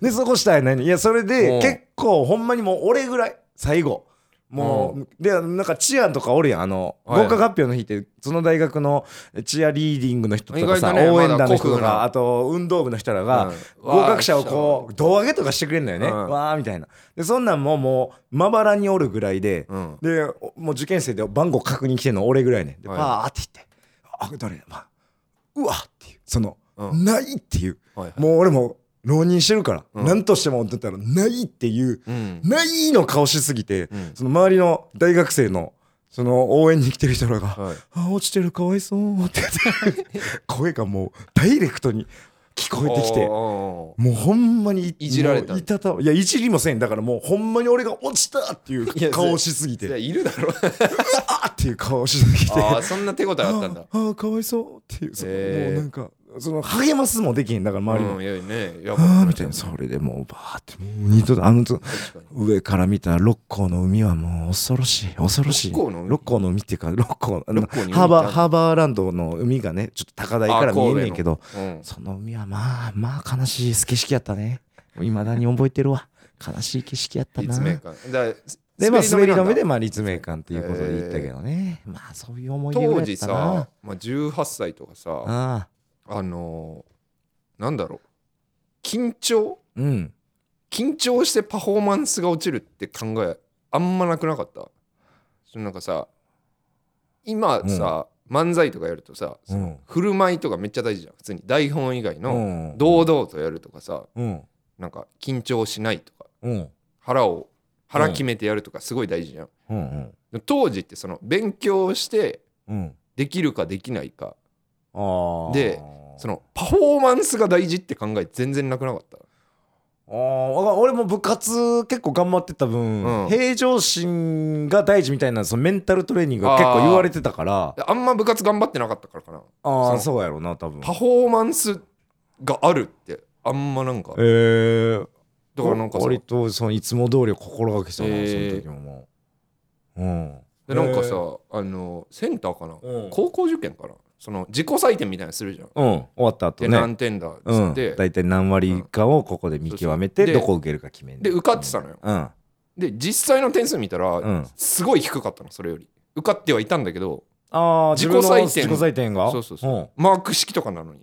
Speaker 2: 寝過ごしたい何いや、それ
Speaker 1: うん
Speaker 2: で、結構、ほんまにもう俺ぐらい、最後。も
Speaker 1: う
Speaker 2: う、で、なんか、チアンとかおるやん。あの、
Speaker 1: はい
Speaker 2: 合格発表の日って、その大学のチアリーディングの人とか
Speaker 1: 意
Speaker 2: さ、
Speaker 1: 外とね
Speaker 2: 応援団
Speaker 1: まだ
Speaker 2: の人と
Speaker 1: 古風な
Speaker 2: か、あと、運動部の人ら
Speaker 1: う
Speaker 2: が
Speaker 1: ん、
Speaker 2: 合格者をこう、胴上げとかしてくれるんだよね。
Speaker 1: うん
Speaker 2: わー、みたいな。で、そんなんももう、まばらにおるぐらいで、
Speaker 1: うん
Speaker 2: で、おもう受験生で番号確認来てんの俺ぐらいね。で、
Speaker 1: はい
Speaker 2: パーって言って、あ、誰だ、まあ、うわっていう、その、
Speaker 1: うん
Speaker 2: ないっていう。
Speaker 1: はいはい
Speaker 2: もう俺も浪人してるから、
Speaker 1: うん
Speaker 2: 何としても出たらないっていう、
Speaker 1: うん
Speaker 2: ないの顔しすぎて、
Speaker 1: うん
Speaker 2: その周りの大学生のその応援に来てる人らが「
Speaker 1: はい
Speaker 2: あ落ちてるかわいそう」 って言って声がもうダイレクトに聞こえてき
Speaker 1: お
Speaker 2: て。
Speaker 1: ーおーお
Speaker 2: もうほんまに
Speaker 1: いじられた
Speaker 2: もういたたいやいじりもせんだからもうほんまに俺が落ちたってい
Speaker 1: いや
Speaker 2: う顔しすぎ
Speaker 1: ーいや
Speaker 2: て
Speaker 1: いるだろ
Speaker 2: あっていう顔しすぎて
Speaker 1: ああそんな手応えあったんだ
Speaker 2: ああーかわいそうっていうその
Speaker 1: へー
Speaker 2: もうなんかその励ますもできへんだから周りも、
Speaker 1: うんいやねやば
Speaker 2: あ
Speaker 1: か
Speaker 2: あ
Speaker 1: っ
Speaker 2: みたいなそれでもうバーってもう二度とあのと
Speaker 1: 確かに
Speaker 2: 上から見た六甲の海はもう恐ろしい恐ろしい
Speaker 1: 六甲の海
Speaker 2: 六甲の海っていうか六甲あの
Speaker 1: 六甲に海ってあ
Speaker 2: ハー
Speaker 1: るの
Speaker 2: バーハーバーランドの海がねちょっと高台から見えんねんけど
Speaker 1: あ神戸のうん
Speaker 2: その海はまあまあ悲しい景色やったねいまだに覚えてるわ悲しい景色やったな
Speaker 1: 立命館だ
Speaker 2: でまあ滑り
Speaker 1: の
Speaker 2: 止めでまあ立命館っていうことで言ったけどねまあそういう思い出ぐ
Speaker 1: 当
Speaker 2: らいや
Speaker 1: 時
Speaker 2: ったな
Speaker 1: さ、まあ、18歳とかさ
Speaker 2: ああ
Speaker 1: あのーなんだろう緊張
Speaker 2: うん
Speaker 1: 緊張してパフォーマンスが落ちるって考えあんまなくなかったそのなんかさ今さ、漫才とかやるとさ、その
Speaker 2: うん
Speaker 1: 振る舞いとかめっちゃ大事じゃん普通に台本以外
Speaker 2: う
Speaker 1: の
Speaker 2: ん
Speaker 1: 堂々とやるとかさ
Speaker 2: うん
Speaker 1: なんか緊張しないとか
Speaker 2: うん
Speaker 1: 腹を腹決めてやるとかすごい大事じゃん、
Speaker 2: うんうん
Speaker 1: でも当時ってその勉強して
Speaker 2: うん
Speaker 1: できるかできないか
Speaker 2: ああ
Speaker 1: でそのパフォーマンスが大事って考え全然なくなかった
Speaker 2: あーわか俺も部活結構頑張ってた分、
Speaker 1: うん
Speaker 2: 平常心が大事みたいなそのメンタルトレーニングが結構言われてたから
Speaker 1: であんま部活頑張ってなかったからかな
Speaker 2: あ
Speaker 1: そ
Speaker 2: あ
Speaker 1: の
Speaker 2: そうやろうな多分
Speaker 1: パフォーマンスがあるってあんまなんか
Speaker 2: えー、
Speaker 1: だからなんかさ
Speaker 2: 割とそのいつも通りを心がけてたな、
Speaker 1: えー
Speaker 2: その時ももううん
Speaker 1: でなんか
Speaker 2: えー
Speaker 1: さあのセンターかな
Speaker 2: うん、
Speaker 1: 高校受験かなその自己採点みたいなのするじゃん
Speaker 2: うん、終わった後
Speaker 1: で
Speaker 2: ね
Speaker 1: 何点だっ
Speaker 2: う
Speaker 1: つっ
Speaker 2: ん
Speaker 1: て
Speaker 2: 大体何割かをここで見極めて
Speaker 1: そうそう
Speaker 2: どこを受けるか決める
Speaker 1: で受かってたのよ
Speaker 2: うん
Speaker 1: で実際の点数見た
Speaker 2: う
Speaker 1: ら
Speaker 2: ん
Speaker 1: すごい低かったのそれより受かってはいたんだけど
Speaker 2: ああ
Speaker 1: 自
Speaker 2: 自
Speaker 1: 己
Speaker 2: 分の
Speaker 1: 採点
Speaker 2: 自己採点が
Speaker 1: そうそうそ
Speaker 2: うん
Speaker 1: マーク式とかなのに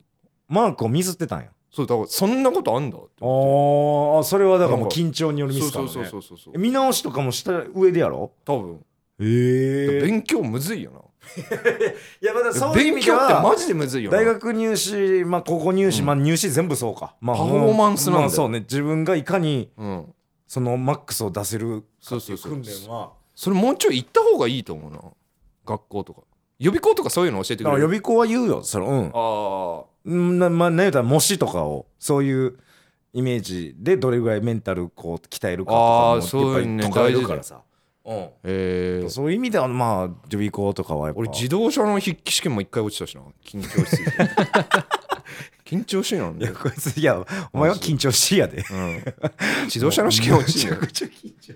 Speaker 2: マークをミスってたんや
Speaker 1: そうだからそんなことあんだって
Speaker 2: あーそれはだからもう緊張によるミ
Speaker 1: そう
Speaker 2: スか
Speaker 1: そ
Speaker 2: も
Speaker 1: う
Speaker 2: ね
Speaker 1: そうそうそうそう
Speaker 2: 見直しとかもした上でやろ
Speaker 1: 多分
Speaker 2: え
Speaker 1: 勉強むずいよない
Speaker 2: やまだそういう意
Speaker 1: 勉
Speaker 2: 味で
Speaker 1: 強って
Speaker 2: は
Speaker 1: マジでむずいよな
Speaker 2: 大学入試、まあ、高校入試、
Speaker 1: うん
Speaker 2: まあ、入試全部そうか、まあ、
Speaker 1: パフォーマンスなんだよ
Speaker 2: まあそうね自分がいかに
Speaker 1: うん
Speaker 2: そのマックスを出せるかってい
Speaker 1: そうそうそう
Speaker 2: 訓練は
Speaker 1: それもうちょい行った方がいいと思うな学校とか予備校とかそういうの教えて
Speaker 2: だ
Speaker 1: く
Speaker 2: か
Speaker 1: れ
Speaker 2: ら予
Speaker 1: る
Speaker 2: 備校は言うよその
Speaker 1: あ
Speaker 2: うんなまあ何言うたら模試とかをそういうイメージでどれぐらいメンタルこう鍛えるかとか
Speaker 1: あー
Speaker 2: もやっぱり
Speaker 1: そういうね
Speaker 2: 解かれるからさ、うん
Speaker 1: あえー、
Speaker 2: そういう意味ではまあ予備校とかはやっぱ
Speaker 1: 俺自動車の筆記試験も一回落ちたしな緊張しすぎて緊張しいなん
Speaker 2: い
Speaker 1: だ
Speaker 2: や
Speaker 1: よ、
Speaker 2: こいついやお前は緊張しいやで
Speaker 1: うん、自動車の試験落ちて
Speaker 2: めちゃ
Speaker 1: る
Speaker 2: くちゃ緊張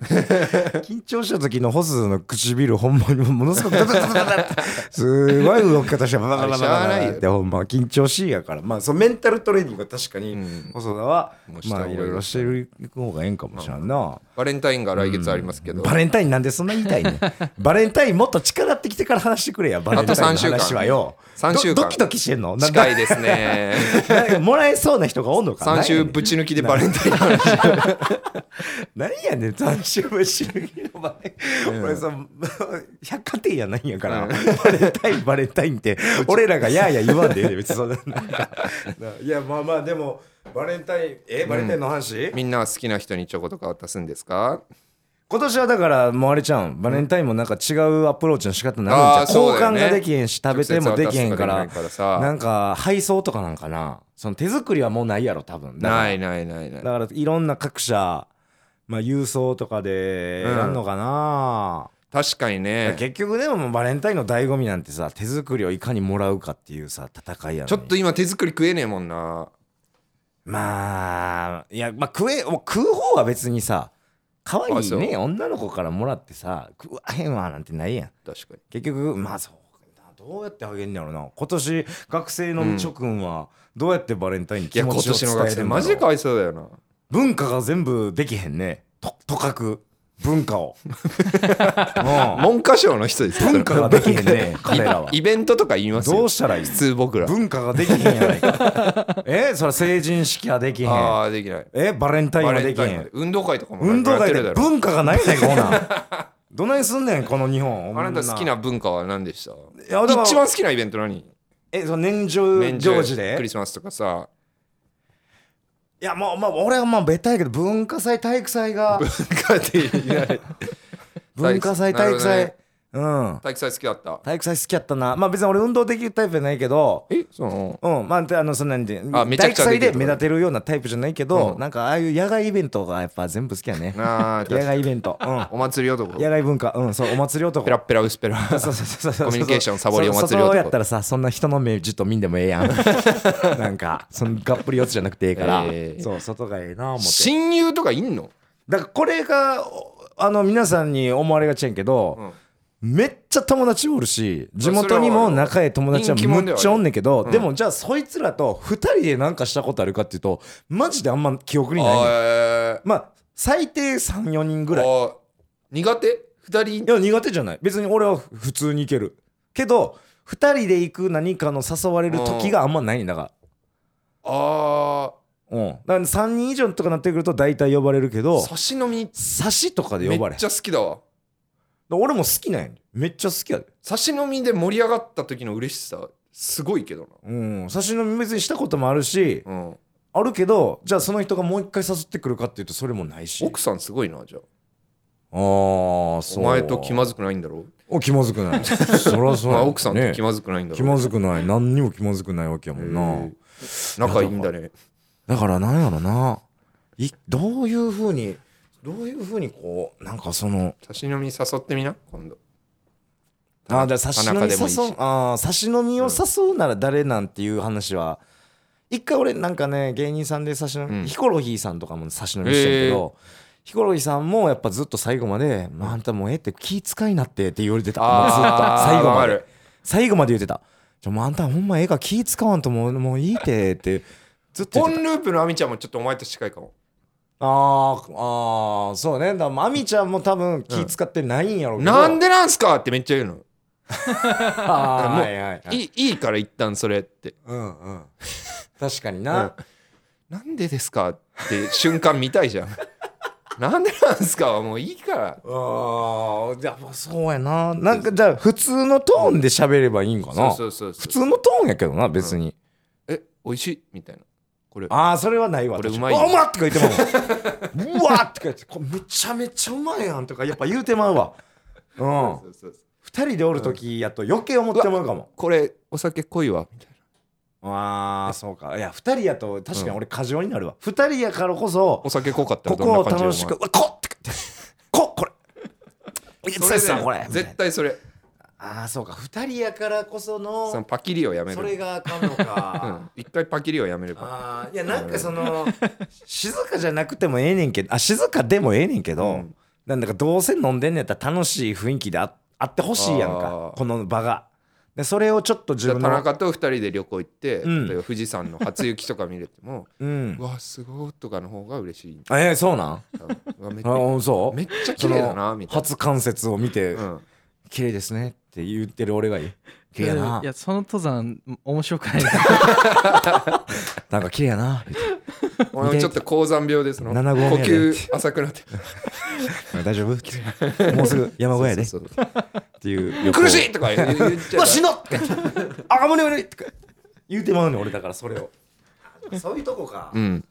Speaker 2: 緊張した時のホスの唇ほんまにものすごくダダダダダってすごい動き方してババ
Speaker 1: あ
Speaker 2: バババ
Speaker 1: れしゃあない
Speaker 2: バ
Speaker 1: よ
Speaker 2: ってほんま緊張しいやからまあそうメンタルトレーニングは確か
Speaker 1: う
Speaker 2: に
Speaker 1: ん
Speaker 2: 細田は
Speaker 1: もうした方
Speaker 2: まあ
Speaker 1: がい
Speaker 2: い
Speaker 1: い
Speaker 2: ろいろしてる方がええんかもしれんな
Speaker 1: バレンタインが来月ありますけど、
Speaker 2: バレンタインなんでそんな言いたい ねバレンタインもっと力ってきてから話してくれやバレンタインの話はよ
Speaker 1: あと3週間
Speaker 2: どドキドキしてんのなんか
Speaker 1: 近い ですね
Speaker 2: なんかもらえそうな人がおんのか
Speaker 1: 3週
Speaker 2: なんやねん
Speaker 1: ぶち抜きでバレンタインの話
Speaker 2: 何やねん斬新ぶし抜きの場合俺さ百貨店やないんやから、
Speaker 1: うん
Speaker 2: バレンタインバレンタインって俺らがやーや言わんでええで別にそんななんかないやまあまあでもバレンタインえバレンタインの話、
Speaker 1: みんなは好きな人にチョコとか渡すんですか
Speaker 2: 今年はだからもうあれちゃうんバレンタインもなんか違うアプローチの仕方になるん
Speaker 1: あー
Speaker 2: じゃん、
Speaker 1: そう
Speaker 2: 交
Speaker 1: だよ
Speaker 2: 換
Speaker 1: ね
Speaker 2: ができへんし食べてもできへんから
Speaker 1: 直接渡すとかできないからさ
Speaker 2: なんか配送とかなんかなその手作りはもうないやろ多分だから
Speaker 1: ないないないない
Speaker 2: だからいろんな各社まあ郵送とかでやんのかな、
Speaker 1: 確かにね
Speaker 2: 結局でももうバレンタインの醍醐味なんてさ手作りをいかにもらうかっていうさ戦いやねん
Speaker 1: ちょっと今手作り食えねえもんな
Speaker 2: まあいやまあ食えもう食う方は別にさ可愛
Speaker 1: あ
Speaker 2: い
Speaker 1: そう
Speaker 2: ね女の子からもらってさ食わへんわなんてないやん
Speaker 1: 確かに
Speaker 2: 結局まあそうかなどうやってあげんねやろな今年学生のみちょくんはどうやってバレンタインに
Speaker 1: い
Speaker 2: 気
Speaker 1: や
Speaker 2: 持
Speaker 1: 今
Speaker 2: ちを
Speaker 1: 年
Speaker 2: 伝
Speaker 1: の学
Speaker 2: え
Speaker 1: 生
Speaker 2: るん
Speaker 1: マジで
Speaker 2: だ
Speaker 1: か
Speaker 2: ろう
Speaker 1: わいそうだよな
Speaker 2: 文化が全部できへんねととかく文化 を、うん
Speaker 1: 文科省の人ですよ
Speaker 2: 文化ができへんね彼らは
Speaker 1: イベントとか言いますよ
Speaker 2: どうしたらいい
Speaker 1: 普通僕ら
Speaker 2: 文化ができへんやないかえそれ成人式はできへん
Speaker 1: ああできない
Speaker 2: えバレンタイン
Speaker 1: バ
Speaker 2: は
Speaker 1: レ
Speaker 2: で
Speaker 1: ン
Speaker 2: き
Speaker 1: タ
Speaker 2: へ
Speaker 1: インまで
Speaker 2: ん
Speaker 1: 運動会とかも
Speaker 2: 運動
Speaker 1: やっ
Speaker 2: 会
Speaker 1: てるだ
Speaker 2: で
Speaker 1: ろ
Speaker 2: 文化がないやないかほな どないすんねんこの日本
Speaker 1: あなた好き
Speaker 2: い
Speaker 1: な文化は何でした
Speaker 2: やだから
Speaker 1: 一番好きなイベント何
Speaker 2: えその年中行事
Speaker 1: ク
Speaker 2: で
Speaker 1: リスマスとかさ
Speaker 2: いやもうまあ俺はまあベタやけど文化祭体育祭が
Speaker 1: 文化で言 えない
Speaker 2: 文化祭体育
Speaker 1: なる
Speaker 2: 祭うん
Speaker 1: 体育祭好きだった
Speaker 2: 体育祭好きやったなまあ別に俺運動できるタイプじゃないけど
Speaker 1: えその
Speaker 2: うんまあであのそんなんで
Speaker 1: あめちゃ
Speaker 2: 体
Speaker 1: く
Speaker 2: 育
Speaker 1: ちゃできる
Speaker 2: 祭で
Speaker 1: とか
Speaker 2: 目立てるようなタイプじゃないけど
Speaker 1: うん
Speaker 2: なんかああいう野外イベントがやっぱ全部好きやね
Speaker 1: なあ
Speaker 2: 野外イベントうん
Speaker 1: お祭り男
Speaker 2: 野外文化うんそうお祭り男
Speaker 1: ペラッペラ薄ペラ
Speaker 2: そうそうそうそう
Speaker 1: コミュニケーションサボりお祭り男
Speaker 2: そそうやったらさそんな人の目じっと見んでもええやんなんかそのがっぷり四つじゃなくてええから、
Speaker 1: ええ
Speaker 2: そう外がええな思って
Speaker 1: 親友とかいんの
Speaker 2: だからこれがおあの皆さんに思われがちやんけど、めっちゃ友達おるし地元にも仲いい友達は
Speaker 1: 人気者ではあ
Speaker 2: むっ
Speaker 1: る
Speaker 2: ちゃおんねんけど、でもじゃあそいつらと2人で何かしたことあるかっていうとマジであんま記憶にないねん
Speaker 1: あ
Speaker 2: まあ最低34人ぐらい
Speaker 1: あ苦手二人
Speaker 2: いや苦手じゃない別に俺は普通に行けるけど2人で行く何かの誘われる時があんまないんだが
Speaker 1: あ
Speaker 2: うんだから3人以上とかなってくると大体呼ばれるけ
Speaker 1: あ
Speaker 2: ど
Speaker 1: 差し飲み
Speaker 2: 差しとかで
Speaker 1: め
Speaker 2: 呼ばれ
Speaker 1: っ
Speaker 2: へん
Speaker 1: ちゃ好きだわ
Speaker 2: 俺も好きなんやめっちゃ好きやで
Speaker 1: 差し飲みで盛り上がった時の嬉しさすごいけど
Speaker 2: うん差し飲み別にしたこともあるし
Speaker 1: な、うん、
Speaker 2: あるけどじゃあその人がもう一回誘ってくるかっていうとそれもないし
Speaker 1: 奥さんすごいなじゃあ
Speaker 2: ああ
Speaker 1: お
Speaker 2: そう
Speaker 1: 前と気まずくないんだろ
Speaker 2: お気まずくな いそら
Speaker 1: う、
Speaker 2: そう
Speaker 1: ま
Speaker 2: や
Speaker 1: あ、
Speaker 2: ね
Speaker 1: 奥さんと気まずくないんだ
Speaker 2: 気
Speaker 1: ろ
Speaker 2: まずくない何にも気まずくないわけやも
Speaker 1: うん
Speaker 2: な
Speaker 1: 仲いいんだね
Speaker 2: だからなんやろないどういうふうにどういうふうにこうなんかその
Speaker 1: 差し飲み誘ってみな今度
Speaker 2: あーだから差し飲み
Speaker 1: 田中でもいいし
Speaker 2: 誘うあー差し飲みを誘うなら誰なんていう話は、一回俺なんかね芸人さんで差し飲み、
Speaker 1: うん
Speaker 2: ヒコロヒーさんとかも差し飲みしてるけど、ヒコロヒーさんもやっぱずっと最後まで「まあ、あんたもうええって気使いなって」って言われてたもうずっと最後
Speaker 1: わ
Speaker 2: ま
Speaker 1: か
Speaker 2: で
Speaker 1: る
Speaker 2: 最後まで言ってた「ちょもうあんたほんまええから気使わんともうもういいて」ってずっと言
Speaker 1: ポ
Speaker 2: ってた
Speaker 1: ンループのアミちゃんもちょっとお前と近いかも
Speaker 2: あーあーそうねだからまあアミちゃんも多分気使ってないんやろうけど、
Speaker 1: なんでなんすかってめっちゃ言うの
Speaker 2: あー
Speaker 1: もう
Speaker 2: はいはいはい
Speaker 1: いいいいから一旦それって
Speaker 2: うんうん確かにな、
Speaker 1: なんでですかって瞬間見たいじ ゃんなんでなんすかはもういいから
Speaker 2: ああ、じゃあそうやな。なんかじゃあ普通のトーンで喋ればいいんか
Speaker 1: そ
Speaker 2: な。
Speaker 1: うそうそうそう
Speaker 2: 普通のトーンやけどな、別に。
Speaker 1: え美味しいみたいなこれ
Speaker 2: ああ、それはないわ。
Speaker 1: これ
Speaker 2: 私
Speaker 1: うまいよ
Speaker 2: あうまっとか言ってまう わ。うわっとか言って、これめちゃめちゃうまいやんとか、やっぱ言うてまうわ。うん。
Speaker 1: そうそうそう
Speaker 2: 二人でおる時やと余計思ってまうかも。
Speaker 1: これお酒濃いわみたいな
Speaker 2: ああ、そうか。いや、二人やと確かに俺過剰になるわ。二人やからこそ
Speaker 1: お、酒濃かったら
Speaker 2: こ
Speaker 1: どん
Speaker 2: こ
Speaker 1: な
Speaker 2: を
Speaker 1: 感じよ
Speaker 2: 楽しく、うわ、こっとか言って、こ、これ。
Speaker 1: お前それ
Speaker 2: こ
Speaker 1: だよ
Speaker 2: れ。
Speaker 1: 絶対それ
Speaker 2: ああそうか2人やからこその
Speaker 1: そのパキリをやめ
Speaker 2: それ
Speaker 1: る
Speaker 2: があかんの か
Speaker 1: 一回パキリをやめれば
Speaker 2: あーいやなんかその静かじゃなくてもええねんけどあ静かでもええねんけど、
Speaker 1: うん
Speaker 2: なんだかどうせ飲んでんねやったら楽しい雰囲気でああってほしいやん
Speaker 1: あ
Speaker 2: か
Speaker 1: ー
Speaker 2: この場がでそれをちょっと自
Speaker 1: じゃあ
Speaker 2: 分の
Speaker 1: 田中と二人で旅行行って、
Speaker 2: うん
Speaker 1: 例えば富士山の初雪とか見れて も
Speaker 2: うん
Speaker 1: うわすごいとかの方が嬉しい
Speaker 2: あえー、そうなん
Speaker 1: 多分うわめっち
Speaker 2: あ
Speaker 1: ゃ
Speaker 2: うんそう
Speaker 1: めっちゃ綺麗だなみたいな
Speaker 2: 初関節を見て、
Speaker 1: うん
Speaker 2: 綺麗ですねって言ってる俺がいい綺麗やない
Speaker 3: やその登山面白くないな
Speaker 2: なんか綺麗 やな言って
Speaker 1: 俺もちょっと高山病ですの呼
Speaker 2: 7合目やで
Speaker 1: 吸浅くなって
Speaker 2: 大 丈夫ってもうすぐ山小屋やでっ
Speaker 1: そうそうそう
Speaker 2: ていう
Speaker 1: 苦しいとか言っちゃ
Speaker 2: うわ
Speaker 1: う
Speaker 2: しんどっ 赤胸悪いとか言うてまうねん俺だからそれ をそういうとこか、
Speaker 1: う
Speaker 2: い
Speaker 1: ん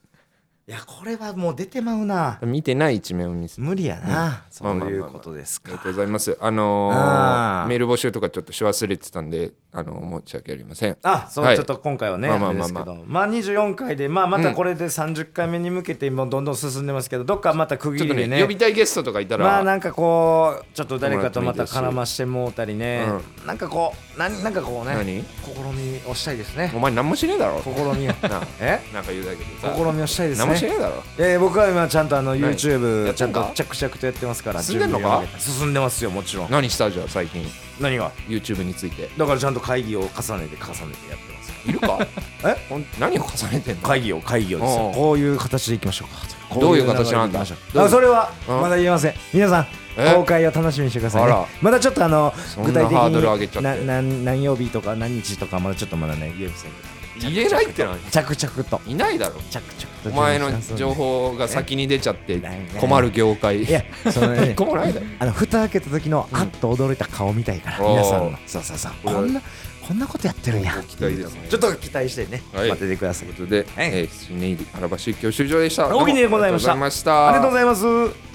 Speaker 2: やこれはもう出てまうな
Speaker 1: 見てない一面を見せ
Speaker 2: 無理やな、そう
Speaker 1: まあまあまあ
Speaker 2: いう
Speaker 1: まあ
Speaker 2: ことです
Speaker 1: あ
Speaker 2: か、
Speaker 1: りがとうございます。あのー
Speaker 2: あー
Speaker 1: メール募集とかちょっとし忘れてたんで、あのー申し訳ありません。
Speaker 2: あそう、
Speaker 1: はい
Speaker 2: ちょっと今回はね、
Speaker 1: ま
Speaker 2: ま
Speaker 1: あ
Speaker 2: あ
Speaker 1: ま
Speaker 2: ま
Speaker 1: あ
Speaker 2: あ
Speaker 1: ま
Speaker 2: ま
Speaker 1: あまあ
Speaker 2: あまあ、まあ、24回で、まあ、またこれで30回目に向けて今どんどん進んでますけどどっかまた区
Speaker 1: ちょ
Speaker 2: 切
Speaker 1: っと
Speaker 2: りで
Speaker 1: ね
Speaker 2: ね
Speaker 1: 呼びたいゲストとかいたら、
Speaker 2: まあなんかこうちょっと誰かとまた絡ましてもうたりね、なんかこうなんなんかこうね
Speaker 1: 何
Speaker 2: 試みをしたいですね
Speaker 1: お前何もしねえだろ。
Speaker 2: 試み を
Speaker 1: な
Speaker 2: え
Speaker 1: なんか言うだけでさ、
Speaker 2: 試みをしたいです
Speaker 1: 何もしね
Speaker 2: ね
Speaker 1: えだろ。
Speaker 2: えー、僕は今ちゃんとあの
Speaker 1: 何
Speaker 2: YouTube
Speaker 1: やっ
Speaker 2: ち
Speaker 1: て
Speaker 2: ゃ
Speaker 1: ん
Speaker 2: ん
Speaker 1: か
Speaker 2: と着々とやってますから
Speaker 1: 進んでんのか
Speaker 2: 準備を進んでますよもちろん
Speaker 1: 何したじゃあ最近、
Speaker 2: 何が
Speaker 1: YouTube について。
Speaker 2: だからちゃんと会議を重ねて重ねてやってます
Speaker 1: いるか
Speaker 2: え
Speaker 1: ほん何を重ねてんの
Speaker 2: 会議を会議をです
Speaker 1: おう
Speaker 2: よこういう形でいきましょうか
Speaker 1: どういう形なんだ
Speaker 2: こういう流れでいきましょう
Speaker 1: どういう
Speaker 2: あそれは
Speaker 1: うん
Speaker 2: まだ言えません皆さん
Speaker 1: え
Speaker 2: 公開を楽しみにしてください、
Speaker 1: あ
Speaker 2: ね
Speaker 1: ら、
Speaker 2: まだちょっとあの
Speaker 1: んな
Speaker 2: 具体的
Speaker 1: ハードル上げちゃ
Speaker 2: に
Speaker 1: って
Speaker 2: なな何曜日とか何日とかまだちょっとまだね言えません
Speaker 1: 言えないって何
Speaker 2: けど着々と
Speaker 1: いないだろ。
Speaker 2: 着々と
Speaker 1: お前の
Speaker 2: 準備してますんで
Speaker 1: 情報が先に出ちゃって
Speaker 2: ないない
Speaker 1: 困る業界。
Speaker 2: いやその ね
Speaker 1: 困らないだろ。
Speaker 2: あの蓋開けた時のあっと驚いた顔みたいから、
Speaker 1: うん
Speaker 2: 皆さん
Speaker 1: お
Speaker 2: のそうそうそう
Speaker 1: これは
Speaker 2: こんなこんなことやってるんや
Speaker 1: ご期待ですね
Speaker 2: ちょっと期待してね、
Speaker 1: はい
Speaker 2: 待っててください
Speaker 1: ということで、
Speaker 2: い
Speaker 1: えー、シネイリアラバ宗教修場でした。
Speaker 2: 大喜利でございました
Speaker 1: どうもありがとうございました。
Speaker 2: ありがとうございます